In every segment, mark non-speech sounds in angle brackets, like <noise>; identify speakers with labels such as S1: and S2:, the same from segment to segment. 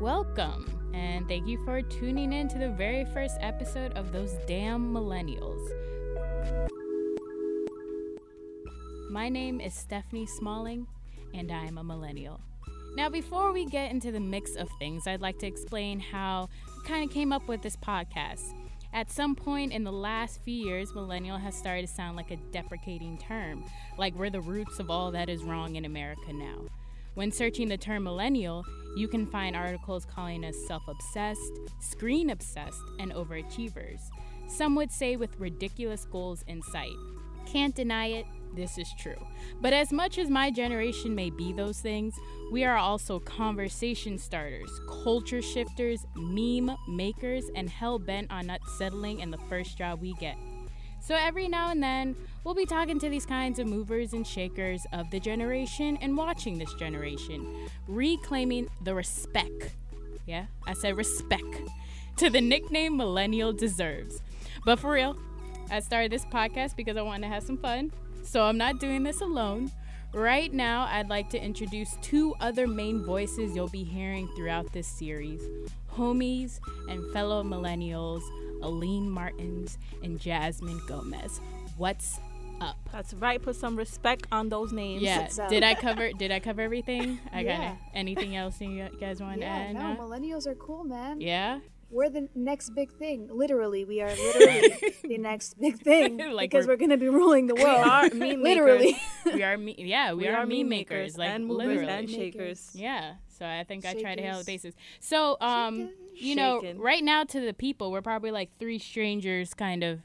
S1: Welcome, and thank you for tuning in to the very first episode of Those Damn Millennials. My name is Stephanie Smalling, and I am a millennial. Now, before we get into the mix of things, I'd like to explain how I kind of came up with this podcast. At some point in the last few years, millennial has started to sound like a deprecating term, like we're the roots of all that is wrong in America now. When searching the term millennial, you can find articles calling us self obsessed, screen obsessed, and overachievers. Some would say with ridiculous goals in sight. Can't deny it, this is true. But as much as my generation may be those things, we are also conversation starters, culture shifters, meme makers, and hell bent on not settling in the first job we get. So every now and then, we'll be talking to these kinds of movers and shakers of the generation and watching this generation, reclaiming the respect. Yeah, I said respect to the nickname Millennial deserves. But for real, I started this podcast because I wanted to have some fun. So I'm not doing this alone. Right now, I'd like to introduce two other main voices you'll be hearing throughout this series homies and fellow millennials, Aline Martins and Jasmine Gomez. What's up?
S2: That's right. Put some respect on those names.
S1: Yeah.
S3: What's up?
S1: Did I cover did I cover everything? I got
S3: Yeah.
S1: it. anything else you guys want to
S3: Yeah,
S1: add?
S3: no,
S1: No?
S3: millennials are cool, man.
S1: uh, Yeah.
S3: We're the next big thing. Literally, we are literally
S1: <laughs>
S3: the next big thing
S1: Like
S3: because
S1: we're-
S3: we're, gonna be ruling the
S2: We
S3: world.
S2: are
S3: <laughs>
S2: meme
S3: literally.
S2: makers.
S1: We are me- yeah, we, are meme makers, like
S2: and movers
S1: literally.
S2: and shakers.
S3: Makers.
S1: Yeah. So I think I try to hit all the
S3: Shakers.
S1: bases. So um
S3: Shaken.
S1: you know,
S2: Shaken.
S1: right now to the people, we're probably like three strangers kind of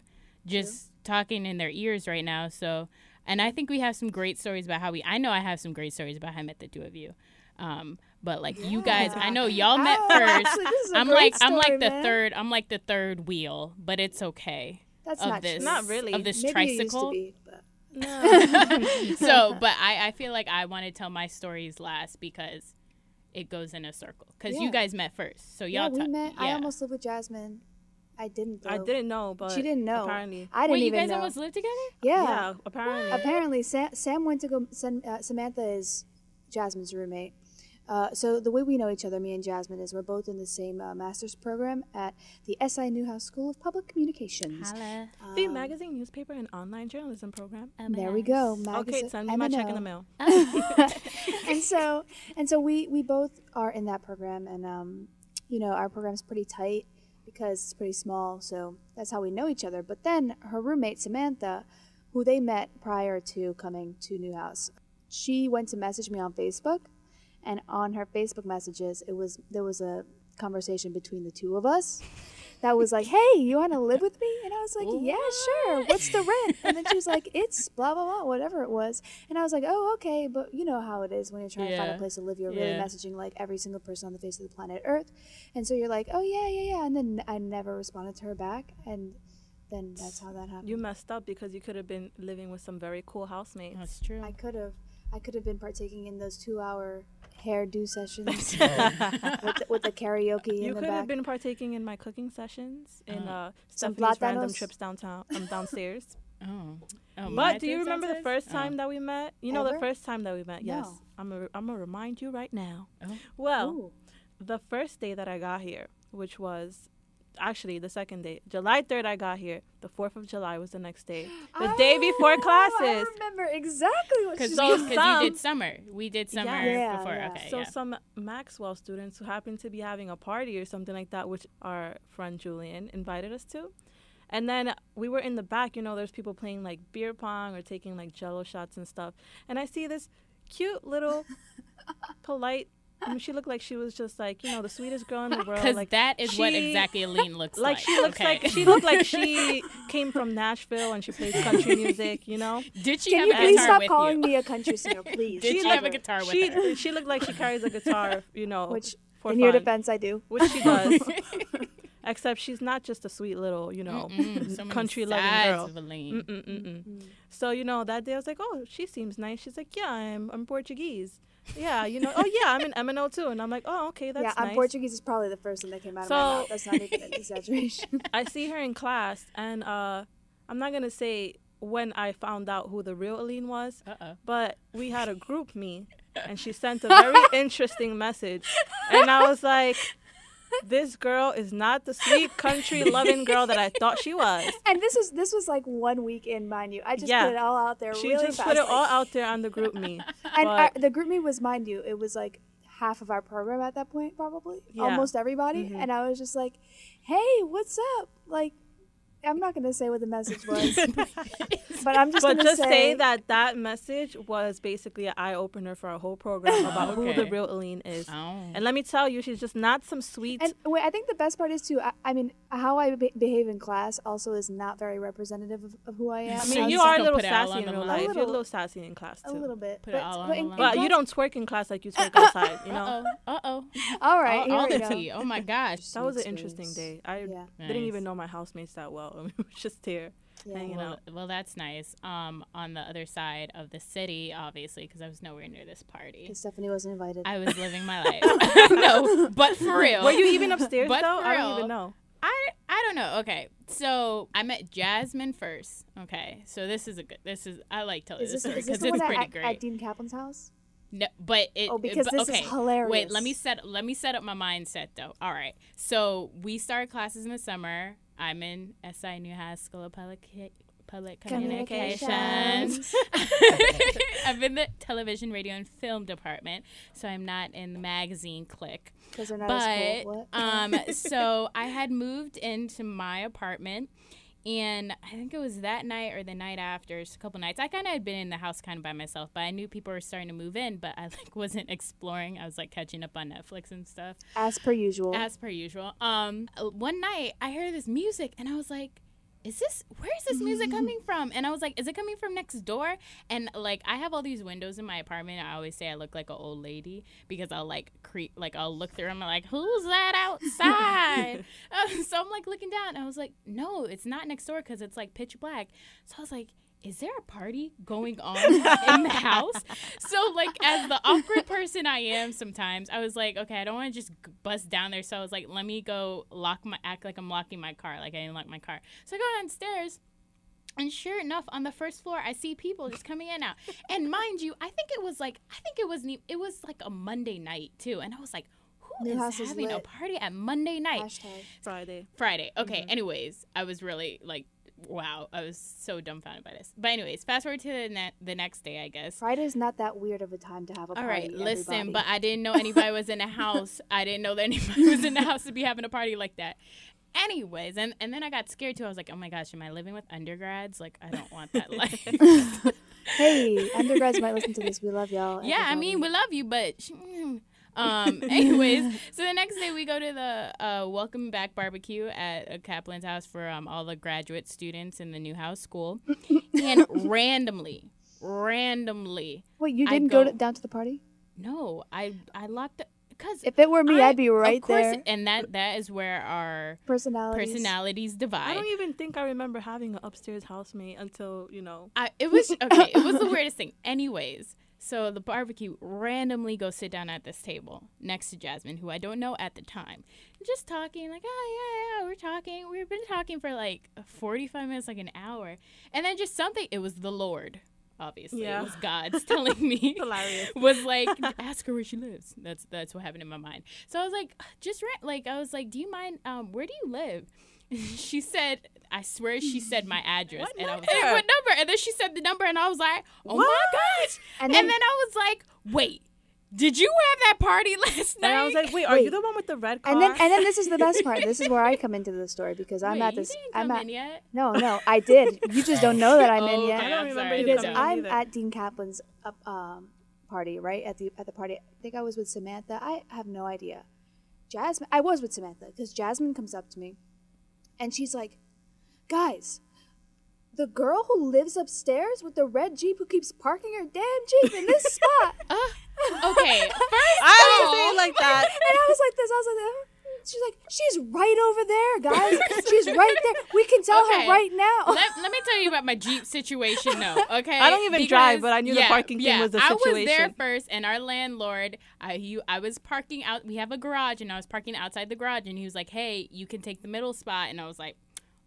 S1: just talking in their ears right now. So and I think we have some great stories about how we I know I have some great stories about how I met the two of you. Um but like you guys, I know y'all met
S3: Oh,
S1: first.
S3: actually, <laughs> this is a
S1: I'm
S3: great
S1: like I'm like
S3: story,
S1: the
S3: man.
S1: third I'm like the third wheel, but it's okay.
S3: That's
S1: of
S3: not
S1: this
S3: true.
S2: Not really.
S1: of this
S3: Maybe
S1: tricycle.
S3: You used to be, but
S1: so,
S3: <laughs>
S1: but I, I feel like I want to tell my stories last because it goes in a circle. Because you
S3: Yeah.
S1: guys met first, so
S3: yeah,
S1: y'all.
S3: we
S1: ta-
S3: met. I
S1: yeah.
S3: almost lived with Jasmine. I didn't. Though.
S2: I didn't know, but
S3: She didn't know.
S2: Apparently,
S3: I didn't
S1: Wait, you
S3: even
S1: guys
S3: know.
S1: almost lived together?
S3: yeah.
S2: yeah. Apparently,
S3: Apparently, Sam, Sam went to go. Sam, uh, Samantha is Jasmine's roommate. Uh, so the way we know each other, me and Jasmine, is we're both in the same uh, master's program at the SI Newhouse School of Public Communications.
S1: Holla.
S2: the
S3: Um,
S2: magazine, newspaper, and online journalism program.
S3: There we go.
S2: Okay,
S3: magazine-
S2: send me my check in the
S3: M&O.
S2: mail.
S3: and so and so we we both are in that program and um you know our program's pretty tight because it's pretty small so that's how we know each other but then her roommate samantha who they met prior to coming to newhouse she went to message me on facebook and on her facebook messages it was there was a conversation between the two of us that was like hey you want to live with me and i was like yeah sure what's the rent and then she was like it's blah blah blah whatever it was and i was like oh okay but you know how it is when you're trying to find
S1: Yeah.
S3: a place to live you're really
S1: Yeah.
S3: messaging like every single person on the face of the planet earth and so you're like oh yeah yeah yeah and then i never responded to her back and then that's how that happened
S2: You messed up because you could have been living with some very cool housemates.
S1: That's true.
S3: I could have, I could have been partaking in those two-hour hairdo
S2: <laughs>
S3: sessions with, the, with the karaoke
S2: You
S3: in the
S2: could have
S3: back.
S2: been partaking in my cooking sessions and uh,
S3: Some
S2: Stephanie's random
S3: plátanos.
S2: trips downtown, um, downstairs.
S1: <laughs> oh. oh, my Oh.
S2: But do you
S1: thing
S2: remember the
S1: downstairs?
S2: first time that we met? You know, the
S3: Ever?
S2: first time that we met. Yes,
S3: No.
S2: I'm gonna I'm gonna remind you right now.
S1: Oh.
S2: Well,
S3: Ooh.
S2: the first day that I got here, which was actually the second day, July 3rd, I got here. The 4th of July was the next day.
S3: <gasps>
S2: The day before
S3: Oh, I
S2: classes.
S3: remember exactly what
S1: Because
S3: she
S2: so-
S3: was.
S2: because some-
S1: you did summer. We did summer
S3: Yeah,
S1: before.
S3: yeah.
S1: Okay.
S2: So
S1: yeah.
S2: some Maxwell students who happened to be having a party or something like that, which our friend Julian invited us to. And then we were in the back, you know, there's people playing like beer pong or taking like jello shots and stuff. And I see this cute
S3: <laughs>
S2: little polite I mean, she looked like she was just like, you know, the sweetest girl
S1: <laughs>
S2: in the world.
S1: Because
S2: Like
S1: that is what
S2: she-
S1: exactly Aline looks like.
S2: <laughs> like she looks
S1: <laughs> okay.
S2: like she looked like she came from Nashville and she plays country music, you know.
S1: Did she
S3: Can
S1: have
S3: you
S1: a
S3: please
S1: guitar
S3: stop
S1: with
S3: calling
S1: you?
S3: me a
S2: <laughs>
S3: country singer, please?
S1: Did
S2: She
S1: she have a <laughs>
S2: like-
S1: guitar with
S2: <laughs> she
S1: <laughs> her?
S2: she looked like she carries a guitar, you know,
S3: Which,
S2: for
S3: in your
S2: fun,
S3: defense, I do.
S2: which
S3: <laughs>
S2: she does. Except she's not just a sweet little, you know,
S1: Mm-mm, Mm, so many
S2: country loving
S1: sides
S2: girl.
S1: of Aline.
S2: Mm-mm-mm-mm. So you know that day I was like, oh, she seems nice. She's like, yeah, I'm I'm Portuguese. Yeah, you know, oh yeah, I'm an MNO too, and I'm like, oh okay, that's
S3: yeah,
S2: nice.
S3: I'm Portuguese is probably the first thing that came out of
S2: So-
S3: my mouth. That's not
S2: <laughs>
S3: even an exaggeration.
S2: I see her in class, and uh, I'm not gonna <laughs> say when I found out who the real Aline was,
S1: Uh oh.
S2: but we had a group me and she sent a
S3: <laughs>
S2: very interesting message. And I was like, this girl is not the sweet country loving girl that I thought she was.
S3: <laughs> And this was this was like one weekend, mind you. I just
S2: Yeah.
S3: put it all out there
S2: She
S3: really
S2: just
S3: fast.
S2: put it
S3: like-
S2: all out there on the group me.
S3: and
S2: but-
S3: our, the group me was, mind you, it was like half of our program at that point, probably
S2: Yeah.
S3: almost everybody.
S1: Mm-hmm.
S2: Mhm.
S3: And I was just like, "Hey, what's up?" Like, I'm not gonna say what the message
S1: <laughs>
S3: was, but I'm <laughs> just
S2: but
S3: gonna
S2: just say that that message was basically an eye opener for our whole program
S3: <laughs>
S2: about who
S1: Okay.
S2: the real Aline is.
S1: <laughs> Oh.
S2: And let me tell you, she's just not some sweet.
S3: And wait, I think the best part is too. I, I mean, how I be- behave in class also is not very representative of, of
S1: <laughs>
S3: who I am.
S2: I
S1: So
S2: mean,
S1: I'm
S2: you
S1: just
S2: are a
S1: gonna
S2: little
S1: put it all
S2: sassy
S1: on
S2: in
S1: the
S2: real
S1: line.
S2: life. You're a
S3: little-
S2: little sassy in class
S3: a
S2: too.
S3: little bit.
S1: Put it
S3: but-
S1: all on
S3: but
S1: the
S3: in-
S1: line.
S3: in
S2: Well, you
S3: class-
S2: don't twerk in class like you
S3: <laughs>
S2: twerk outside. You know
S1: Uh oh. Uh oh.
S2: <laughs>
S1: <laughs>
S3: All right,
S1: All,
S3: here
S1: all
S3: we
S1: the
S3: go.
S1: tea. Oh
S3: <laughs>
S1: my gosh.
S2: that was an
S3: Sweet
S2: interesting
S3: sweets.
S2: day. I
S3: Yeah,
S2: didn't
S1: Nice.
S2: even know my housemates that well. <laughs> We were just there.
S3: yeah.
S2: hanging
S1: Well,
S2: out.
S1: well, that's nice. Um, on the other side of the city, obviously, because I was nowhere near this party.
S3: 'Cause Stephanie wasn't invited.
S1: I was living
S3: <laughs>
S1: my life. <laughs> no, but for real.
S2: Were you even
S1: <laughs>
S2: upstairs
S1: But
S2: though?
S1: for
S2: I don't
S1: real.
S2: even know.
S1: I I don't know. Okay, so I met Jasmine first. Okay, so this is a good. This is I like telling
S3: is
S1: this
S3: this,
S1: story
S3: is this
S1: because
S3: the
S1: it's
S3: one
S1: pretty
S3: at,
S1: great.
S3: at Dean Kaplan's house?
S1: No, but it.
S3: Oh, because
S1: but-
S3: this is
S1: okay. Wait,
S3: hilarious.
S1: let me set. Let me set up my mindset though. All right. So we start classes in the summer. I'm in SI New High School of Public Public Communications. <laughs> I'm in the television, radio, and film department, so I'm not in the magazine clique.
S3: Because they're not as
S1: But
S3: cool. What?
S1: um, so I had moved into my apartment, and I think it was that night or the night after, just a couple nights. I kind of had been in the house kind of by myself, but I knew people were starting to move in, but I like wasn't exploring. I was like catching up on Netflix and stuff
S3: As per usual.
S1: as per usual. Um, one night I heard this music, and I was like. Is this where is this music coming from? And I was like, is it coming from next door? And like, I have all these windows in my apartment. I always say I look like an old lady because I'll like creep, like I'll look through them. I'm like, who's that outside? <laughs> Um, so I'm like looking down, and I was like, no, it's not next door because it's like pitch black. So I was like, is there a party going on in the house? So like, as the awkward person I am, sometimes I was like, okay, I don't want to just g- bust down there. So I was like, let me go lock my act like I'm locking my car, like I didn't lock my car. So I go downstairs. And sure enough, on the first floor, I see people just coming in and out. And mind you, I think it was like I think it was ne- it was like a Monday night too. And I was like, who
S3: New
S1: is
S3: house is
S1: having a
S3: lit.
S1: party at Monday night?
S3: Hashtag. Mhm.
S2: Friday.
S1: Friday. Okay. Anyways, I was really like, wow, I was so dumbfounded by this. But anyways, fast forward to the ne- the next day, I guess.
S3: Friday's not that weird of a time to have a
S1: All
S3: party.
S1: right, listen,
S3: everybody.
S1: but I
S3: <laughs>
S1: didn't know anybody was in the house. I didn't know that anybody was in the house to be having a party like that. Anyways, and, and then I got scared too. I was like, oh my gosh, am I living with undergrads? Like, I don't want that
S3: <laughs>
S1: life. <laughs>
S3: hey, undergrads might listen to this. We love y'all.
S1: yeah, I mean, we love you, but. sh- mm.
S3: <laughs>
S1: Um. Anyways, so the next day we go to the uh, welcome back barbecue at uh, Kaplan's house for um, all the graduate students in the Newhouse School, and
S3: <laughs>
S1: randomly, randomly,
S3: Wait, you
S1: I
S3: didn't go,
S1: go-
S3: to, down to the party?
S1: no, I I locked up because
S3: If it were me,
S1: I-
S3: I, would be right
S1: of course,
S3: there.
S1: and that that is where our
S3: Personalities.
S1: personalities
S2: I
S1: divide.
S2: don't even think I remember having an upstairs housemate until you know.
S1: I, it was okay. It
S2: <laughs>
S1: was the weirdest thing. Anyways, so the barbecue randomly go sit down at this table next to Jasmine, who I don't know at the time. Just talking, like, oh yeah, yeah, we're talking. We've been talking for like forty-five minutes, like an hour, and then just something. It was the Lord, obviously.
S2: Yeah.
S1: It was
S2: <laughs>
S1: God's telling me.
S2: Hilarious.
S1: <laughs> was like, ask her where she lives. That's that's what happened in my mind. So I was like, "Uh, just rent. Like I was like, do you mind? Um, where do you live? <laughs> she said, I swear she said my address,
S2: What
S1: and I was
S2: number?
S1: like, what number? And then she said the number, and I was like, oh my
S2: What?
S1: gosh! And
S3: And
S1: then,
S3: then-
S1: I was like, wait, did you have that party <laughs> last night?
S2: And I was like, wait, are you
S3: Wait.
S2: the one with the red car?
S3: And then, and then this is the best part. This is where I come into the story because I'm
S1: Wait,
S3: at
S1: you
S3: this.
S1: didn't
S3: I'm
S1: come
S3: at.
S1: in yet?
S3: No, no, I did. You just don't know
S1: <laughs>
S3: that I'm in
S1: Oh,
S3: yet.
S1: okay,
S2: I don't
S1: I'm
S2: remember
S1: sorry,
S2: you
S3: because
S1: I'm
S2: coming
S1: sorry.
S3: I'm
S2: either.
S3: at Dean Kaplan's uh, um, party, right? At the at the party, I think I was with Samantha. I have no idea. Jasmine, I was with Samantha because Jasmine comes up to me, and she's like, "Guys, the girl who lives upstairs with the red jeep who keeps parking her damn jeep in this spot."
S1: Uh, okay, first
S2: <laughs> I
S1: of
S2: didn't say
S1: all-
S2: it like that.
S3: and I was like, "This," I was like. "Huh?" She's like, she's right over there, guys. She's right there. We can tell
S1: Okay.
S3: her right now.
S1: let, let me tell you about my Jeep situation,
S2: <laughs>
S1: though. Okay,
S2: I don't even drive, but I knew the parking thing was the
S1: I was there
S2: situation.
S1: first, and our landlord, I you, I was parking out. We have a garage, and I was parking outside the garage, and he was like, "Hey, you can take the middle spot," and I was like,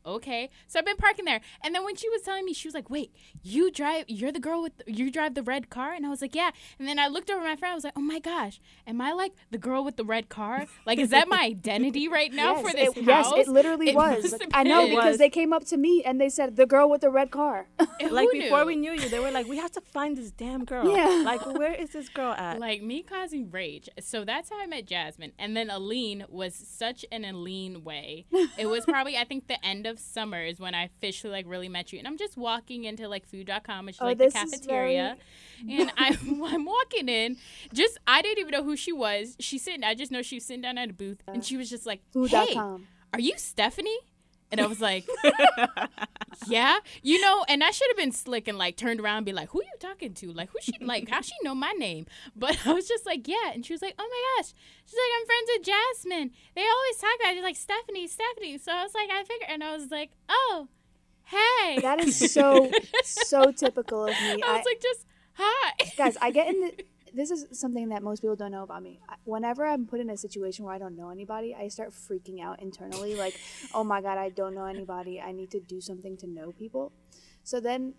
S1: okay. So I've been parking there. And then when she was telling me, she was like, wait, you drive, you're the girl with, you drive the red car? And I was like, yeah. And then I looked over at my friend, I was like, oh my gosh, am I like the girl with the red car? Like, is that
S2: <laughs>
S1: my identity right now
S3: yes,
S1: for this
S3: it,
S1: house?
S3: Yes, it literally
S1: It
S3: was.
S1: must have
S3: Like, I know
S1: been.
S2: It
S3: because
S2: was.
S3: they came up to me and they said, "The girl with the
S1: <laughs>
S3: red car."
S1: <laughs>
S3: <laughs>
S1: Who
S2: like before
S1: knew?
S2: we knew you, they were like, "We have to find this damn girl."
S3: Yeah.
S2: Like, where is this girl at?
S1: like me causing rage. So that's how I met Jasmine. And then Aline was such an Aline way. It
S3: <laughs>
S1: was probably I think the end of summer is when I officially like really met you. And I'm just walking into like food.com, which is
S3: Oh,
S1: like the
S3: this is
S1: cafeteria. And I'm <laughs> I'm walking in. Just I didn't even know who she was. She's sitting I just know she was sitting down at a booth
S3: Uh,
S1: and she was just like Hey,
S3: Food.com.
S1: are you Stephanie? And I was like, yeah, you know, and I should have been slick and like turned around and be like, who you talking to? Like, who she, like, how she know my name? But <laughs> I was just like, yeah. And she was like, oh my gosh. She's like, I'm friends with Jasmine. They always talk about it, like, Stephanie, Stephanie. So I was like, I figured, and I was like, oh, hey.
S3: That is so so typical of me.
S1: <laughs> I
S3: I-
S1: was like, just hi.
S3: guys, I get in the.
S1: <laughs>
S3: This is something that most people don't know about me. I- Whenever I'm put in a situation where I don't know anybody, I start freaking out internally. Like, oh my god, I don't know anybody. I need to do something to know people. So then,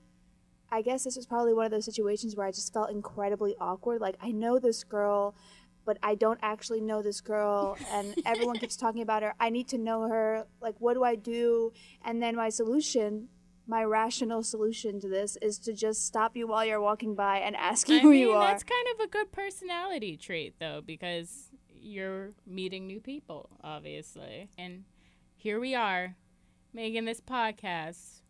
S3: I guess this was probably one of those situations where I just felt incredibly awkward. Like, I know this girl, but I don't actually know this girl,
S1: <laughs>
S3: and everyone keeps talking about her. I need to know her. Like, what do I do? And then my solution my rational solution to this is to just stop you while you're walking by and ask you
S1: I
S3: who
S1: mean,
S3: you are.
S1: that's kind of a good personality trait, though, because you're meeting new people, obviously. And here we are making this podcast.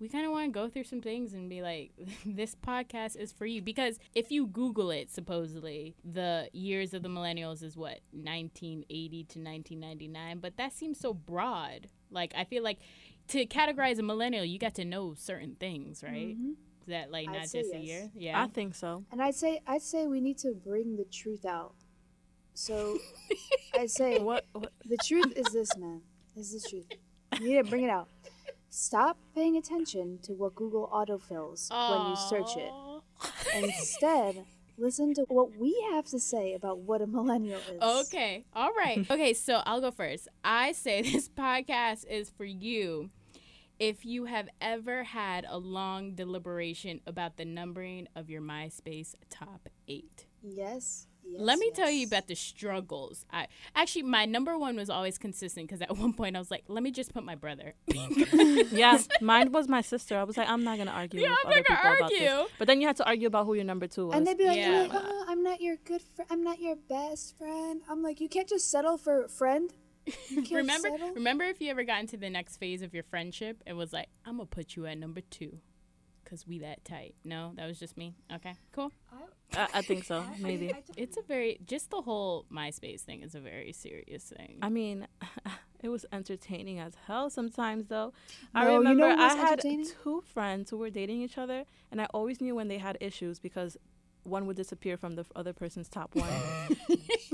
S1: We kind of want to go through some things and be like, <laughs> this podcast is for you. Because if you Google it, supposedly, the years of the millennials is what, 1980 to 1999? But that seems so broad. Like, I feel like to categorize a millennial, you got to know certain things, right?
S3: Mhm.
S1: Is that like
S3: I'd
S1: not
S3: say
S1: just a
S3: yes.
S1: year? Yeah.
S2: I think so.
S3: And I'd say I'd say we need to bring the truth out.
S1: <laughs>
S3: So I'd say
S2: What? what
S3: the truth is this, man. This is the truth. You need to bring it out. Stop paying attention to what Google autofills when you search it. Instead, listen to what we have to say about what a millennial is.
S1: <laughs> Okay. All
S3: <laughs>
S1: right. Okay, so I'll go first. I say <laughs> this podcast is for you if you have ever had a long deliberation about the numbering of your MySpace top 8.
S3: Yes. yes
S1: Let me tell you
S3: yes.
S1: about the struggles. I actually my number one was always consistent because at <laughs> one point I was like, let me just put my
S3: <laughs>
S1: brother. <laughs>
S2: yeah, mine was my sister. I was like, I'm not gonna argue
S1: Yeah,
S2: with
S1: I'm
S2: other
S1: not gonna
S2: people about this.
S1: argue.
S2: But then you had to argue about who your number two was.
S3: And they'd be like,
S1: Yeah.
S3: they're like, oh, I'm not your good friend. I'm not your best friend. I'm like, you can't just settle for friend.
S1: <laughs>
S3: You can't
S1: remember
S3: settle.
S1: remember if you ever got into the next phase of your friendship and was like, I'm gonna put you at number two. Cause we that tight. No, that was just me. Okay, cool.
S2: I, I think so, maybe.
S1: It's a very just the whole MySpace thing is a very serious thing.
S3: <laughs>
S2: I mean, <laughs> it was entertaining as hell sometimes, though. I
S3: No, you know
S2: remember
S3: what
S2: I
S3: was
S2: had
S3: entertaining?
S2: two friends who were dating each other, and I always knew when they had issues because one would disappear from the f- other person's top one.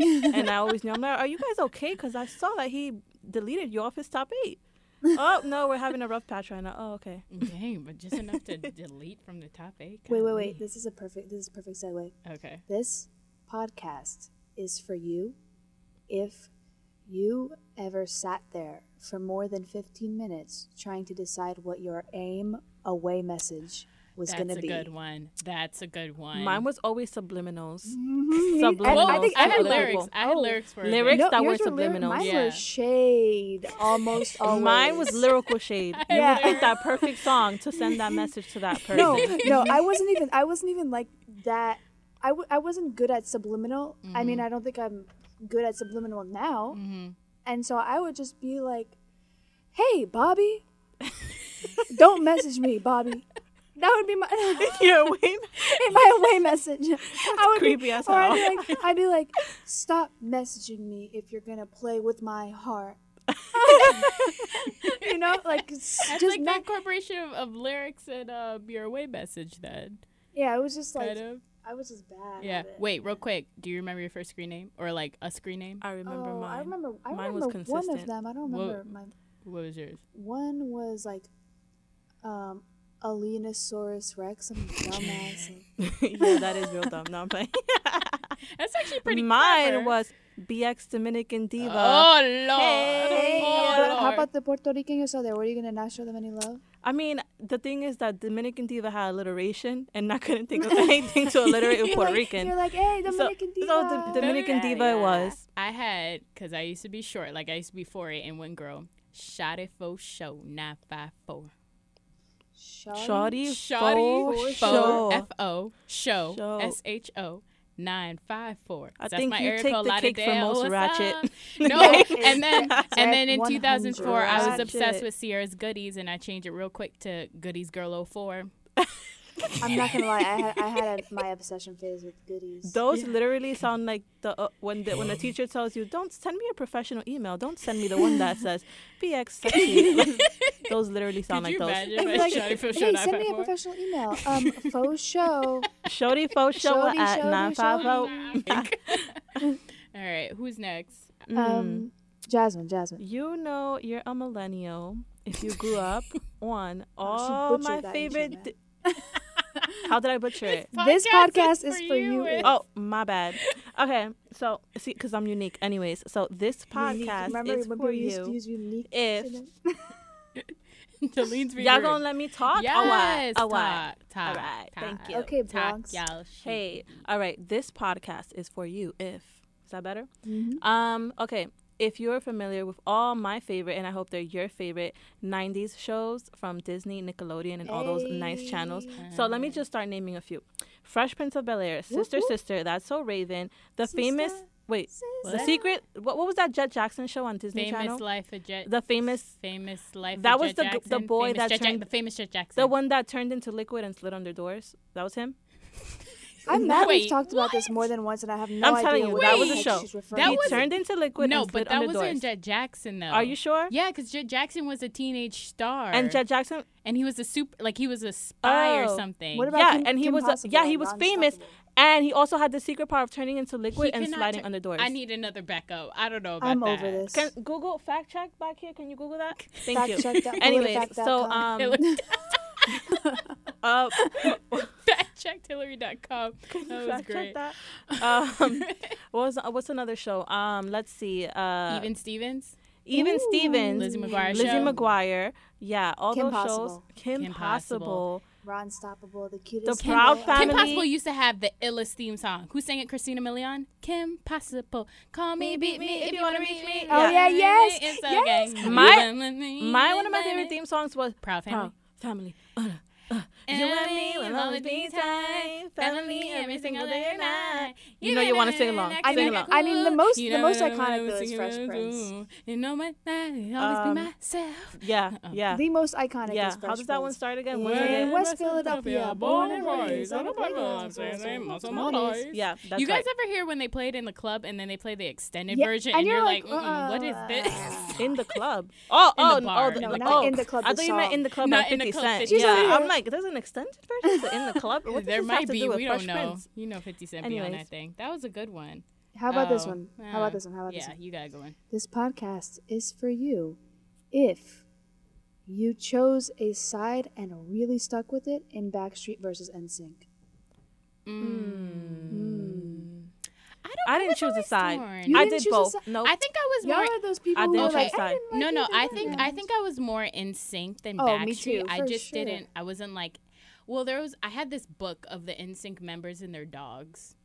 S2: and I always knew, I'm like, are you guys okay? Because I saw that he deleted you off his top
S3: <laughs>
S2: eight. oh, no, we're having a rough patch right now. Oh, okay.
S1: Dang, but just enough to delete from the top eight.
S3: Wait, wait,
S1: golly.
S3: wait. This is a perfect. This is a perfect segue.
S1: Okay.
S3: This podcast is for you. If you ever sat there for more than 15 minutes trying to decide what your aim away message was
S1: That's
S3: going
S1: a
S3: to be. <laughs>
S1: good one. That's a good one.
S2: Mine was always subliminals.
S3: Mhm.
S2: Subliminals.
S3: And
S1: Whoa,
S3: I think
S1: I had
S3: everybody-
S1: lyrics. I had
S3: Oh.
S1: lyrics for a
S2: Lyrics?
S1: bit.
S2: that were
S3: yours lyric-
S2: subliminals.
S3: Mine
S1: Yeah.
S3: were shade almost always.
S2: Mine was
S3: <laughs>
S2: lyrical shade. You
S3: Yeah.
S2: would pick that perfect song to send that message to that person.
S3: no,
S1: <laughs>
S3: <laughs> no, I wasn't even. I wasn't even like that. I, w- I wasn't good at subliminal. I
S1: Mm-hmm.
S3: mean, I don't think I'm good at subliminal now. And so I would just be like, "Hey, Bobby, don't message me, Bobby." That would be my <laughs>
S2: <laughs> Yeah, wait.
S3: my away message. I would
S2: creepy
S3: be,
S2: as
S3: or I'd
S2: hell.
S3: be, like, I'd be like, "Stop messaging me if you're gonna play with
S1: <laughs>
S3: my heart." <laughs> you know, like s-
S1: That's
S3: just
S1: like
S3: not.
S1: that corporation of, of lyrics and uh, your away message then.
S3: Yeah, it was just like
S1: kind of.
S3: I was just bad.
S1: Yeah.
S3: At it.
S1: Wait, real quick. Do you remember your first screen name or like a screen name?
S2: I remember
S3: oh,
S2: mine.
S3: I remember. I
S2: Mine was
S3: remember one of
S2: consistent.
S3: them. I don't
S1: Whoa.
S3: remember. My
S1: What was yours?
S3: one was like, um, Alenosaurus
S2: <laughs>
S3: Rex. Some dumbass.
S2: yeah, that is real dumb. No, I'm playing.
S1: That's actually <laughs> pretty.
S2: Mine
S1: clever.
S2: was BX Dominican Diva.
S1: Oh Lord.
S2: Hey.
S1: Oh,
S3: But how
S1: Lord.
S3: about the Puerto Rican yourself there? Were you gonna not show them any love?
S2: I mean, the thing is that Dominican Diva had alliteration, and I couldn't
S1: <laughs>
S2: think of anything to alliterate with
S3: You're
S2: Puerto
S3: like-
S2: Rican.
S3: You're like, hey,
S2: So-
S3: Dominican
S2: so
S3: Diva.
S2: the- the- Dominican
S1: Remember
S2: diva
S1: that?
S2: it was.
S1: I had because I used to be short. Like I used to be four eight and one girl. Shot it for show nine five four.
S3: Shawty.
S2: Shawty,
S1: Um, Shoddy show
S2: fo, show.
S1: F O show
S2: Show.
S1: S H O nine five four.
S2: I
S1: That's
S2: think
S1: my
S2: you
S1: area
S2: take
S1: code
S2: the cake for
S1: Lauderdale.
S2: most
S1: What's
S2: ratchet. <laughs>
S1: up? No, and then
S2: Ratchet.
S1: and then in
S3: 100.
S1: 2004 I was obsessed
S2: Ratchet.
S1: with Sierra's Goodies and I changed it real quick to Goodies Girl 04.
S2: <laughs>
S3: I'm not gonna lie, I had I had a, my obsession phase with goodies.
S2: Those literally sound like the uh, when the when the teacher tells you, "Don't send me a professional email. Don't send me the
S1: <laughs>
S2: one that says BX sexy." those literally sound
S1: Could you
S2: like
S1: imagine
S2: those.
S1: if I
S3: Like,
S1: shot it for show
S3: hey,
S1: nine
S3: send me a
S1: five four?
S3: professional
S2: <laughs>
S3: email. Um, faux show.
S2: Shawty fo show
S3: Shawty,
S2: at
S3: shawty,
S2: nine five zero. <laughs>
S1: <laughs> All right, who's next?
S2: Mm.
S3: Um, Jasmine, Jasmine.
S2: You know you're a millennial if you grew
S3: <laughs>
S2: up on
S3: Oh, she
S2: all
S3: butchered
S2: my
S3: that, didn't she,
S2: favorite.
S3: <laughs>
S2: How did I butcher it?
S3: This podcast is for you,
S1: and-
S2: Oh, my bad. Okay, so see, because I'm unique. Anyways, so this podcast
S3: Remember
S2: is
S3: when
S2: for
S3: we used to
S2: you.
S3: use unique
S2: if-
S3: synonyms?
S1: <laughs> Jolene's favorite.
S2: Y'all gonna let me talk?
S1: yes,
S2: All right, all
S1: talk,
S2: right.
S1: talk,
S2: Alright, thank
S1: talk,
S2: you.
S3: Okay,
S1: talk,
S3: Bronx.
S1: y'all.
S2: Hey, all right. This podcast is for you. If is that better?
S3: Mhm.
S2: Um, okay. If you're familiar with all my favorite, and I hope they're your favorite, 90s shows from Disney, Nickelodeon, and all those nice channels. So let me just start naming a few Fresh Prince of Bel Air, Sister,
S3: whoop.
S2: Sister, That's So Raven, The
S3: Sister,
S2: Famous, wait, The
S3: Sister.
S2: Secret, what, what was that Jet Jackson show on Disney
S1: Famous
S2: Channel?
S1: life of Jet.
S2: The famous,
S1: famous life.
S2: That
S1: of
S2: was
S1: Jet
S2: the g- the
S1: Jackson,
S2: boy
S1: famous
S2: that
S1: Jet Jack-
S2: turned-
S1: the famous Jet Jackson.
S2: the one that turned into liquid and slid under doors. That was him?
S3: I'm mad
S1: Wait,
S3: we've talked about this more than once, and I have no
S2: I'm
S3: idea
S2: telling you,
S3: what
S2: that
S3: the
S2: was a
S3: heck
S2: show.
S3: she's
S1: That
S3: referring
S2: he
S1: was-
S3: to.
S2: turned into liquid
S1: No,
S2: and slid
S1: but that
S2: under
S1: wasn't
S2: doors.
S1: Jet Jackson though.
S2: Are you sure?
S1: Yeah, because Jet Jackson was a teenage star,
S2: And Jet Jackson,
S1: and he was a super, like he was a spy or
S2: Oh.
S1: something.
S3: What about
S2: yeah,
S3: Kim-
S2: and he
S3: Kim
S2: was a,
S3: Possible
S2: yeah he
S3: and
S2: was
S3: Ron
S2: famous,
S3: Stoppable?
S2: and he also had the secret power of turning into liquid
S1: He
S2: and
S1: cannot
S2: sliding
S1: turn-
S2: under doors.
S1: I need another backup. I don't know about
S3: I'm
S1: that.
S3: over this.
S2: Can Google fact check back here? Can you Google that? Thank
S3: Fact
S2: you.
S3: check that-
S2: <laughs> Anyways,
S3: fact
S2: so
S3: dot com.
S1: <laughs> It
S2: um, <laughs>
S1: was-
S2: uh,
S1: factcheckhillary.com. That was
S2: fact
S1: great.
S2: check that. Um, what was what's another show? Um, let's see.
S1: <laughs>
S2: Uh,
S1: Even Stevens,
S2: Even
S3: Ooh.
S2: Stevens,
S1: Lizzie McGuire
S2: Lizzie
S1: show.
S2: McGuire. Yeah, all
S3: Kim
S2: those shows.
S3: Possible.
S2: Kim,
S1: Kim
S2: Possible.
S1: Possible.
S3: Ron Stoppable, the cutest.
S2: The Proud
S3: girl.
S1: Kim
S2: Family.
S1: Possible used to have the illest theme song. Who sang it? Christina Milian. Kim Possible. Call me, beat me if you wanna reach me.
S3: Oh, yeah, yes,
S1: It's
S3: yes.
S1: okay.
S2: My-
S1: You wanna me,
S2: My one of my
S1: wanna
S2: favorite
S1: me.
S2: theme songs was
S1: Proud Family.
S2: Family.
S1: And
S2: You and me will always be
S1: time.
S2: tight. Family every single day and night. You know
S1: got
S2: you wanna
S1: it
S2: sing
S1: in
S2: along.
S1: that
S2: I mean-
S1: kind of
S3: I mean, the
S1: cool.
S3: most-
S1: You
S3: the
S1: know
S3: most
S1: I wanna
S3: iconic, though, is
S1: sing
S3: Fresh
S1: along.
S3: Prince.
S1: You know my name, always be
S2: Um,
S1: myself.
S2: Yeah, yeah.
S3: The most iconic.
S2: yeah,
S3: Is
S2: how does that one start again? Once
S3: Yeah.
S2: again?
S3: West Philadelphia, born and raised on a playground,
S2: Yeah, that's
S1: you guys
S2: right.
S1: ever hear when they play it in the club and then they play the extended
S3: Yeah,
S1: version
S3: and
S1: and, you're
S3: you're
S1: like,
S3: like,
S1: "Mm-mm, what is
S3: uh, <laughs>
S1: <laughs> this?
S2: In the club. Oh,
S1: In the
S2: oh, n-
S1: bar,
S2: oh, the,
S1: in
S3: No,
S1: the
S2: oh,
S3: not in the club.
S2: I
S3: the
S2: thought you meant
S3: song.
S2: in the club
S1: Not
S2: by
S1: in the
S2: 50
S1: club,
S2: Cent.
S1: 50
S2: yeah,
S3: Cent.
S2: I'm like, there's an extended version to in the club. What does
S1: there
S2: this have
S1: might
S2: to
S1: be.
S2: do with
S1: We don't
S2: Fresh
S1: know.
S2: Prince?
S1: You know, Fifty Cent be on
S2: Anyways.
S1: that thing. That was a good one.
S3: How about this
S1: Oh,
S3: one? How about
S1: uh,
S3: this one? How about this
S1: yeah,
S3: one?
S1: you gotta go in.
S3: This podcast is for you if you chose a side and really stuck with it in Backstreet versus NSYNC.
S1: I don't.
S2: I didn't
S1: was
S2: choose a
S1: always
S2: side.
S1: torn.
S3: You
S2: I
S3: didn't
S2: did
S3: choose a
S2: both.
S3: side?
S2: No,
S1: I think I was
S3: Y'all
S1: more.
S3: are those people
S2: I
S3: who
S2: didn't
S3: are like,
S2: choose
S3: I
S2: side.
S3: didn't like
S1: no, no.
S3: either
S1: I
S3: one.
S1: think I think I was more in sync than
S3: Oh,
S1: Backstreet.
S3: me too,
S1: I
S3: for
S1: just
S3: sure.
S1: didn't. I wasn't like. Well, there was. I had this book of the NSYNC members and their dogs.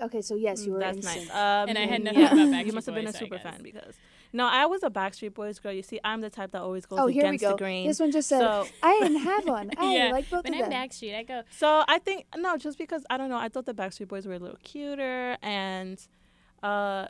S3: Okay, so yes, you were
S2: That's
S3: in
S2: nice.
S3: sync.
S2: Um,
S1: And I had
S2: mm,
S1: nothing
S2: yeah.
S1: about Backstreet
S2: You must have been a
S1: Boys, I
S2: super
S1: guess.
S2: fan because no, I was a Backstreet Boys girl. You see, I'm the type that always goes
S3: Oh, here we
S2: against
S3: go.
S2: the grain.
S3: This one just said,
S2: So-
S3: I didn't have one.
S2: <laughs>
S3: I
S1: yeah,
S3: Oh, like both
S1: when
S3: of
S1: I'm
S3: them.
S1: Backstreet, I go.
S2: So I think no, just because I don't know, I thought the Backstreet Boys were a little cuter, and uh,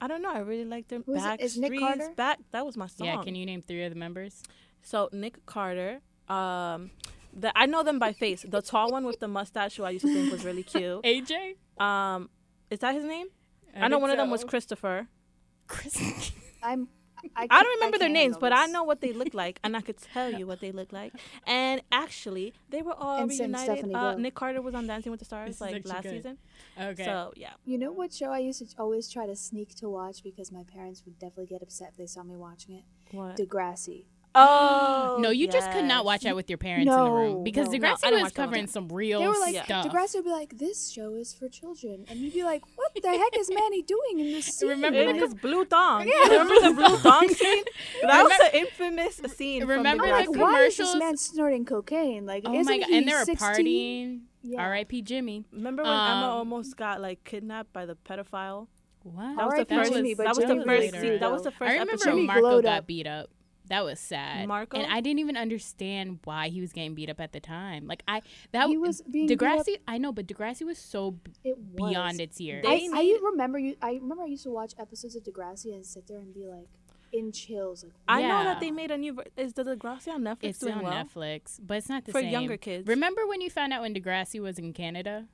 S2: I don't know, I really liked their
S3: Who is it? Is Nick Carter?
S2: Backstreets back. That was my song.
S1: Yeah, can you name three of the members?
S2: So Nick Carter, um, the, I know them by face. The tall one with the mustache, who I used to think was
S1: <laughs>
S2: really cute.
S1: AJ.
S2: Um, is that his name? I, know
S1: think
S2: one of them was
S1: so.
S2: Christopher.
S1: Chris.
S3: I'm. I,
S2: I
S3: can't-
S2: don't remember their
S3: can't
S2: names,
S3: handle
S2: but I
S3: this.
S2: know what they look like, and I
S3: <laughs>
S2: could tell you what they look like. And actually, they were all
S3: And Sam
S2: reunited.
S3: Stephanie
S2: Uh,
S3: Gill.
S2: Nick Carter was on Dancing with the
S1: This
S2: Stars
S1: is
S2: like
S1: actually
S2: last
S1: good.
S2: season.
S1: <laughs> Okay.
S2: So yeah.
S3: You know what show I used to always try to sneak to watch because my parents would definitely get upset if they saw me watching it?
S2: What?
S3: Degrassi.
S2: Oh.
S1: No, you just could not
S2: yes.
S1: watch that with your parents in the room
S3: No,
S1: because
S3: no, no,
S1: Degrassi
S2: I
S1: was
S2: don't watch that with
S1: covering some real
S3: They were like,
S1: stuff.
S3: Degrassi would be like, "This show is for children," and you'd be like, "What the heck is Manny doing in this scene?"
S1: Remember
S3: like,
S2: In his blue thong.
S3: Yeah.
S2: Remember the blue
S1: <laughs>
S2: thong scene? That was
S1: Remember-
S2: an infamous scene.
S1: remember
S2: from
S3: I'm
S2: the
S1: the
S3: like,
S2: Degrassi.
S3: why is this
S1: commercials-
S3: man snorting cocaine? Like,
S1: oh
S3: isn't
S1: my god!
S3: he
S1: And they were
S3: 16?
S1: partying.
S3: Yeah.
S1: R.I.P. Jimmy.
S2: Remember when Emma
S1: Um,
S2: almost got like kidnapped by the pedophile?
S1: What?
S2: That was the
S3: R.I.P.
S2: first.
S3: Jimmy, but
S2: that was the
S3: Jimmy
S2: first.
S3: later
S2: scene- That was
S3: though.
S2: the first.
S1: I remember
S2: episode.
S3: Jimmy
S1: Marco
S3: glowed
S1: got
S3: up.
S1: beat up. That was sad.
S2: Marco?
S1: and I didn't even understand why he was getting beat up at the time. Like I that
S3: He was being beat up-
S1: Degrassi. I know, but Degrassi was so b-
S3: It was.
S1: beyond its years.
S2: They-
S3: I, I remember you. I remember I used to watch episodes of Degrassi and sit there and be like, in chills, like,
S2: I know
S1: Yeah.
S2: that they made a new. ver- Is the Degrassi on Netflix
S1: it's
S2: doing
S1: on
S2: well?
S1: Netflix, but it's not the
S2: For
S1: same
S2: younger kids.
S1: Remember when you found out when Degrassi was in Canada?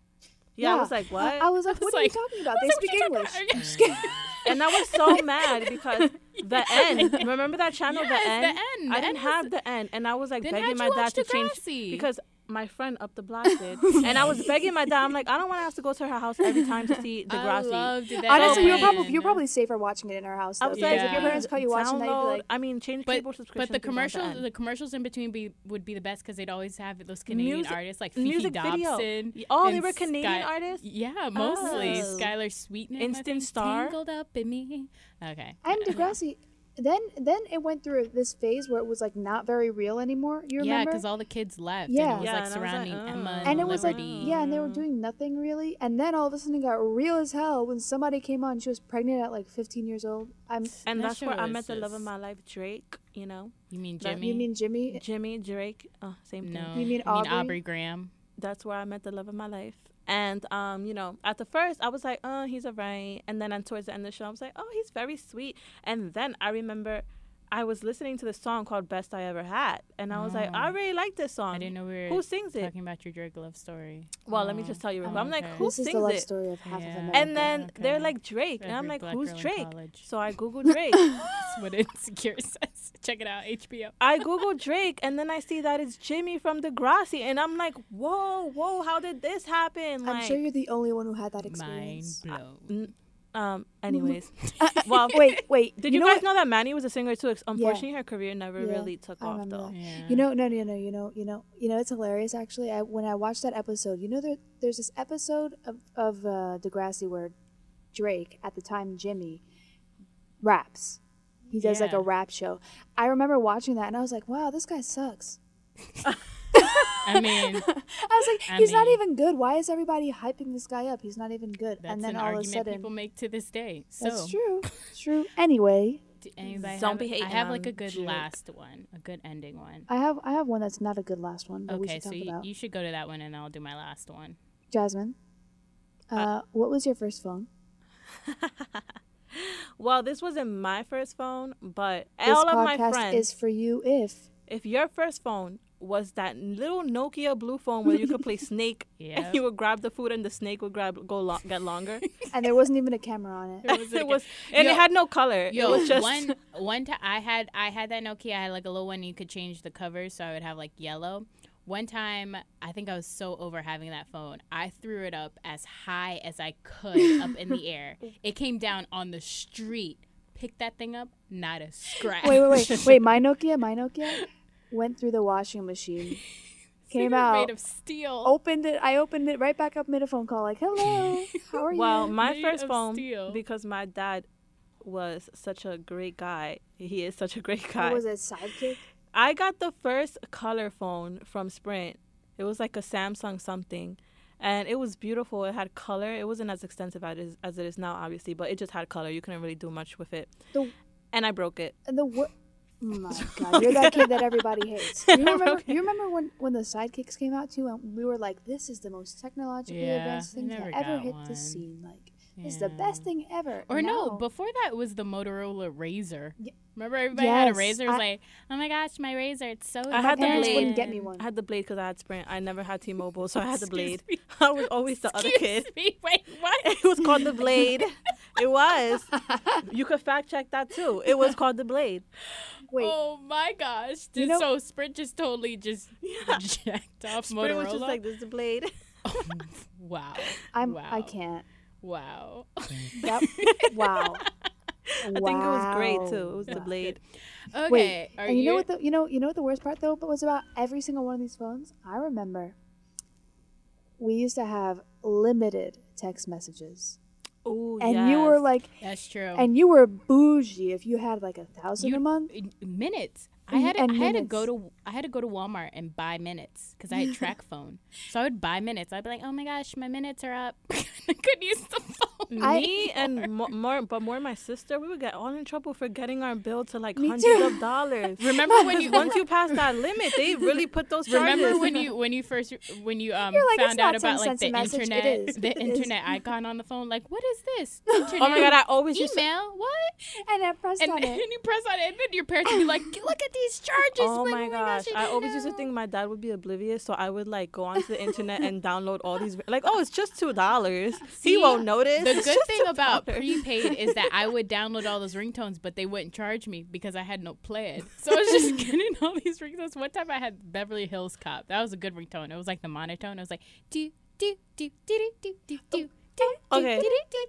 S2: Yeah, <laughs> I was like, what?
S3: I, I was like,
S1: was
S3: what
S1: like,
S3: are you talking about? They
S1: What's up
S3: speak
S1: with you <laughs>
S3: English.
S1: talking about-
S2: and I
S1: <laughs>
S2: was so mad because the end. Remember that channel,
S1: Yes,
S2: the
S1: the
S2: end.
S1: End.
S2: I
S1: The
S2: didn't
S1: End was-
S2: have the end, and I was like
S1: Then
S2: begging
S1: how'd
S2: my
S1: you
S2: dad
S1: watch
S2: to change
S1: Degrassi?
S2: because my friend up the block
S1: <laughs>
S2: did, and I was begging my dad. I'm like, I don't want to have to go to her house every time to see
S1: I
S2: Degrassi.
S1: loved that.
S2: oh,
S3: Honestly, you're
S1: end.
S3: probably you're probably safer watching it in our house. Though,
S2: I was
S3: because
S2: like,
S3: if your
S1: Yeah.
S3: parents caught you watching that, you'd be
S2: download-
S3: like,
S2: I mean, change
S1: But,
S2: cable
S1: but
S2: subscription.
S1: the
S2: to Degrassi
S1: commercials,
S2: End.
S1: the commercials in between be, would be the best because they'd always have those Canadian
S2: Music-
S1: artists like Fifi
S2: music video.
S1: Dobson.
S2: Y- Oh, they
S1: and
S2: were Canadian
S1: Sky-
S2: artists.
S1: Yeah, mostly
S2: Oh.
S1: Skylar Sweetnam. I
S2: Instant
S1: think,
S2: star.
S1: Tangled up in me. Okay.
S3: I'm Degrassi. Then then it went through this phase where it was like not very real anymore. You
S1: Yeah,
S3: remember?
S1: because all the kids left. And it
S3: Yeah.
S1: was
S2: Yeah,
S1: like
S2: and I was like,
S1: surrounding Emma
S2: oh.
S1: and,
S3: and it was like
S1: Liberty.
S3: yeah, and they were doing nothing really. And then all of a sudden it got real as hell when somebody came on. She was pregnant at like 15 years old. I'm.
S2: and
S1: That
S2: that's
S1: show
S2: where I
S1: was
S2: met the love of
S1: just-
S2: my life, Drake. You know,
S1: You mean
S2: That-
S1: Jimmy?
S3: You mean Jimmy?
S2: Jimmy Drake. Oh, same thing.
S1: no.
S3: You mean Aubrey?
S1: Aubrey Graham?
S2: that's where I met the love of my life. And um, you know, at the first I was like, oh, he's alright. And then and towards the end of the show, I was like, oh, he's very sweet. And then I remember I was listening to this song called Best I Ever Had, and I was like, I really like this song.
S1: Oh. I didn't know we were
S2: who sings it.
S1: talking about your Drake love story.
S2: Well, let me just tell you. real quick. I'm like,
S1: okay.
S2: who
S3: this is
S2: sings
S3: the love
S2: it?
S3: story of half
S1: Yeah.
S3: of America.
S2: And then they're
S1: Okay.
S2: like Drake, and I'm
S1: Every
S2: like,
S1: black
S2: who's
S1: girl in
S2: Drake?
S1: college.
S2: So
S1: <laughs>
S2: I googled Drake.
S1: That's <laughs> what Insecure says. Check it out, HBO.
S2: I googled Drake, and then I see that it's Jimmy from Degrassi, and I'm like, whoa, whoa, how did this happen? Like,
S3: I'm sure you're the only one who had that
S1: Mind
S3: experience. <laughs>
S1: blown.
S2: um, anyways, well,
S3: Uh, Wait, wait.
S2: Did you,
S3: know
S2: guys
S3: what?
S2: know that Manny was a singer too? Ex- Unfortunately, her career never
S3: Yeah,
S2: really took
S3: I
S2: off
S3: remember
S2: though.
S3: that.
S1: Yeah.
S3: You know, no, no, no. You know, you know, you know. It's hilarious, actually. I when I watched that episode, you know, there, there's this episode of of uh, Degrassi where Drake, at the time Jimmy, raps. He does like
S1: Yeah.
S3: a rap show. I remember watching that, and I was like, "Wow, this guy sucks."
S1: I mean,
S3: I was like,
S1: I
S3: "He's not
S1: mean-
S3: even good. Why is everybody hyping this guy up? He's not even good."
S1: that's
S3: and
S1: an
S3: then all of a
S1: argument
S3: sudden,
S1: people make to this day. So,
S3: that's true. <laughs> It's true. Anyway,
S1: do anybody
S2: Don't
S1: have,
S2: be
S1: I
S2: hating
S1: have like
S2: on
S1: a good
S2: Drake.
S1: last one, a good ending one.
S3: I have I have one that's not a good last one, but Oh, we
S1: Okay,
S3: should
S1: so
S3: talk
S1: you,
S3: about
S1: you should go to that one, and I'll do my last
S3: <laughs>
S1: one.
S3: Jasmine. Uh, what was your first phone?
S2: Well, this wasn't my first phone, but
S3: this
S2: all of my
S3: podcast
S2: friends,
S3: is for you if
S2: if your first phone was that little Nokia blue phone where you could
S3: <laughs>
S2: play Snake,
S1: Yep.
S2: and you would grab the food and the snake would grab go lo- get
S1: <laughs>
S2: longer.
S3: and there wasn't even a camera on
S1: was
S3: it.
S1: it
S2: <laughs> it
S1: again?
S2: was, and
S1: Yo-
S2: it had no color.
S1: Yo,
S2: it was just
S1: one one time I had I had that Nokia. I had like a little one. You could change the covers, so I would have like yellow. One time, I think I was so over having that phone, I threw it up as high as I could up in the
S3: <laughs>
S1: air. It came down on the street. Picked that thing up, not a scratch.
S3: Wait, wait, wait, wait. My Nokia, my Nokia went through the
S1: <laughs>
S3: washing machine, came
S1: They were
S3: out, Oh,
S1: made of steel.
S3: opened it. I opened it right back up, made a phone call, like, "Hello, how are
S1: <laughs>
S2: <laughs>
S3: you?"
S2: well, my
S1: Made
S2: first
S1: of
S2: phone
S1: steel.
S2: because my dad was such a great guy. He is such a great guy.
S3: what was it Sidekick?
S2: I got the first color phone from Sprint. It was like a Samsung something. And it was beautiful. It had color. It wasn't as extensive as it is, as it is now, obviously, but it just had color. You couldn't really do much with it.
S3: The
S2: And I broke it.
S3: the wor-
S1: <laughs>
S3: Oh my god, you're that kid that everybody hates. You remember?
S2: Okay.
S3: You remember when when the sidekicks came out too, and we were like, "This is the most technologically
S1: Yeah, I
S3: advanced thing
S1: never
S3: that ever
S1: got
S3: hit
S1: one.
S3: the scene. Like, this is the
S1: Yeah.
S3: best thing ever."
S1: Or no,
S3: Now-
S1: before that was the Motorola Razor.
S3: Ye-
S1: Remember everybody had a
S3: Yes,
S1: razor. It was
S3: I-
S1: like, oh my gosh, my razor, it's so.
S2: I had the
S3: parents
S2: blade.
S3: wouldn't get me one.
S2: I had the blade because I had Sprint. I never had T Mobile, so I had the
S1: Excuse
S2: blade. <laughs> I was always the other kid.
S1: <laughs>
S2: <laughs>
S1: Excuse me, wait, what?
S2: It was called the blade. It was.
S1: <laughs>
S2: You could fact check that too. It was called the blade.
S3: Wait,
S1: Oh my gosh!
S3: You
S1: Just-
S3: know-
S1: so Sprint just totally
S3: <laughs>
S1: just jacked off
S2: Sprint
S1: Motorola.
S2: was just like, this is the blade. <laughs>
S1: wow,
S3: I'm.
S1: wow,
S3: I can't.
S1: Wow.
S3: That, wow.
S2: I think it was great too. It was the blade.
S1: Okay.
S3: <laughs> Wait,
S1: are
S3: and you, know what the you know you know what the worst part though but was about every single one of these phones? I remember we used to have limited text messages.
S2: Ooh,
S3: And you were
S2: yes. Oh.
S3: like
S1: That's true.
S3: and you were bougie if you had like a thousand
S1: You-
S3: a month.
S1: in- minutes. I
S3: Mhm,
S1: had to,
S3: and
S1: I had to go
S3: minutes.
S1: to I had to go to Walmart and buy minutes because
S3: <laughs>
S1: I had track phone. So I would buy minutes. I'd be like, oh my gosh, my minutes are up. <laughs> I couldn't use the phone.
S3: I-
S1: <laughs>
S2: me
S3: <laughs>
S2: and mo- more, but more my sister, we would get all in trouble for getting our bill to like
S3: Me
S2: hundreds
S3: too.
S2: of dollars.
S1: <laughs> Remember when
S2: Because
S1: you
S2: once you pass that limit, they really put those charges.
S1: remember when <laughs> you when you first when you um
S3: You're like,
S1: found
S3: "It's
S1: out
S3: not
S1: about
S3: 10
S1: like
S3: cents a
S1: the
S3: message. It
S1: internet <laughs>
S3: is.
S1: the
S3: It is."
S1: internet icon on the phone? Like, what is
S3: <laughs>
S1: this? Internet,
S2: Oh my god, I always used to
S1: email what?
S3: And I pressed
S1: And,
S3: on
S1: <laughs> and
S3: it.
S2: <laughs>
S1: you press on it, and then your parents would be like, look at these charges.
S2: Oh
S1: Like,
S2: my gosh! I
S1: didn't
S2: always used to
S1: know.
S2: think my dad would be oblivious, so I would like go onto the internet and download all these. Like, oh, it's just two dollars. He
S1: See,
S2: won't notice.
S1: The
S2: It's
S1: <laughs> good
S2: just
S1: thing about
S2: $2.
S1: prepaid is that I would download all those ringtones, but they wouldn't charge me because I had no plan. So I was
S2: <laughs>
S1: just <laughs> getting all these ringtones. One time I had Beverly Hills Cop. That was a good ringtone. It was like the monotone. It was like do do do do do do do do.
S2: Okay,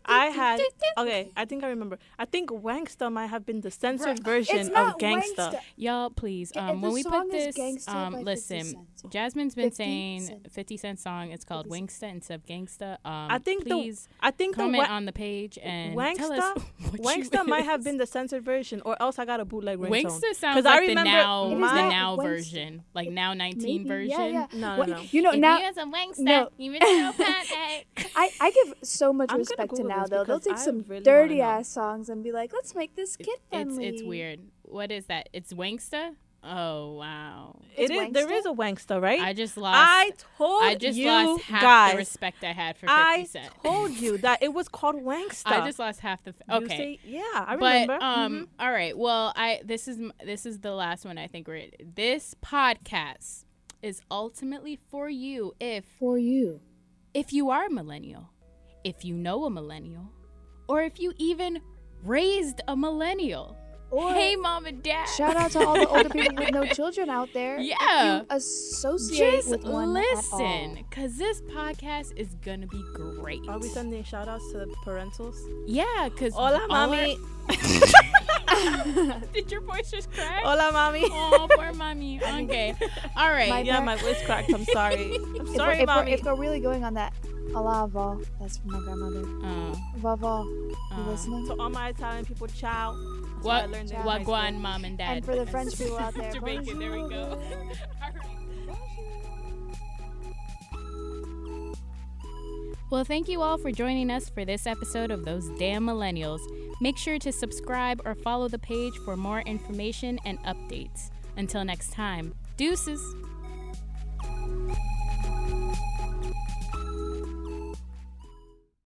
S2: I had okay. I think I remember. I think Wangsta might have been the censored version
S3: It's not
S2: of Gangsta.
S3: Wangsta.
S1: Y'all, please.
S3: Yeah,
S1: Um,
S3: the
S1: when we
S3: song
S1: put
S3: is
S1: this,
S3: Gangsta
S1: um,
S3: by 50
S1: listen.
S3: Cent.
S1: Jasmine's been
S3: 50
S1: saying
S3: Cent.
S1: Fifty Cent song. It's called
S3: 50
S1: Wingsta instead of Gangsta. Um,
S2: I think
S1: please
S2: the I think the
S1: comment
S2: Wa-
S1: on the page and tell us <laughs>
S2: Wangsta
S1: what you
S2: Wangsta might have
S1: is.
S2: been the censored version, or else I got a bootleg ringtone.
S1: Wangsta
S2: 'Cause
S1: sounds
S2: I
S1: like the
S2: remember
S1: now,
S3: It is
S1: the
S2: my-
S1: now
S3: Wangsta.
S1: version, like now 19
S3: Maybe.
S1: version.
S3: Yeah, yeah.
S2: No, no,
S3: What-
S2: no.
S3: You know
S1: If
S3: now
S1: you has a Wangsta,
S3: no.
S1: you miss
S3: <laughs>
S1: no
S2: <laughs>
S1: contact.
S3: I, I give so much
S2: I'm gonna
S3: respect to
S2: Google
S3: now
S2: this
S3: though. They'll
S2: because
S3: take
S2: I
S3: some
S2: really wanna
S3: dirty
S2: know.
S3: ass songs and be like, let's make this kid
S1: It's
S3: friendly.
S1: it's weird. What is that? It's Wangsta. Oh wow!
S2: It
S3: It's
S2: is. There
S3: Wangsta?
S2: is a Wangsta, right?
S1: I just lost.
S2: I
S1: I,
S2: told
S1: just
S2: you
S1: lost half
S2: guys.
S1: the respect I had for 50
S2: I
S1: Cent.
S2: told
S1: <laughs>
S2: you that it was called Wangsta.
S1: I just lost half the.
S2: You
S1: F- okay.
S2: say- yeah, I
S1: but
S2: remember.
S1: um
S2: Mhm.
S1: all right well i this is m- this is the last one i think we're this podcast is ultimately for you if
S3: For you.
S1: if you are a millennial, if you know a millennial, or if you even raised a millennial.
S3: Or
S1: hey, mom and dad.
S3: shout out to all the older people
S1: <laughs>
S3: with no children out there.
S1: Yeah.
S3: You associate
S1: Just
S3: with one
S1: listen,
S3: <laughs> At
S1: because this podcast is going to be great.
S2: Are we sending shout outs to the parentals?
S1: Yeah, because.
S2: Hola, mommy.
S1: <laughs> Did your voice just crack?
S2: Hola,
S1: <laughs>
S2: mommy.
S1: Oh, poor mommy. Okay. All right.
S3: My-
S2: yeah, my voice cracked.
S1: <laughs>
S2: I'm sorry. I'm sorry,
S3: all. if, we're, if,
S2: mommy.
S3: we're, if we're really going on that, Allah Vol. That's from my grandmother.
S1: Uh,
S3: Vava, you
S1: uh,
S3: listening?
S2: to all my Italian people, ciao. That's what I
S1: What,
S2: learned in high school.
S1: Wagwan, mom and dad.
S3: And for the
S1: <laughs>
S3: French people out there,
S1: Jamaican, there we go. <laughs> All right. Well, thank you all for joining us for this episode of Those Damn Millennials. Make sure to subscribe or follow the page for more information and updates. Until next time, deuces.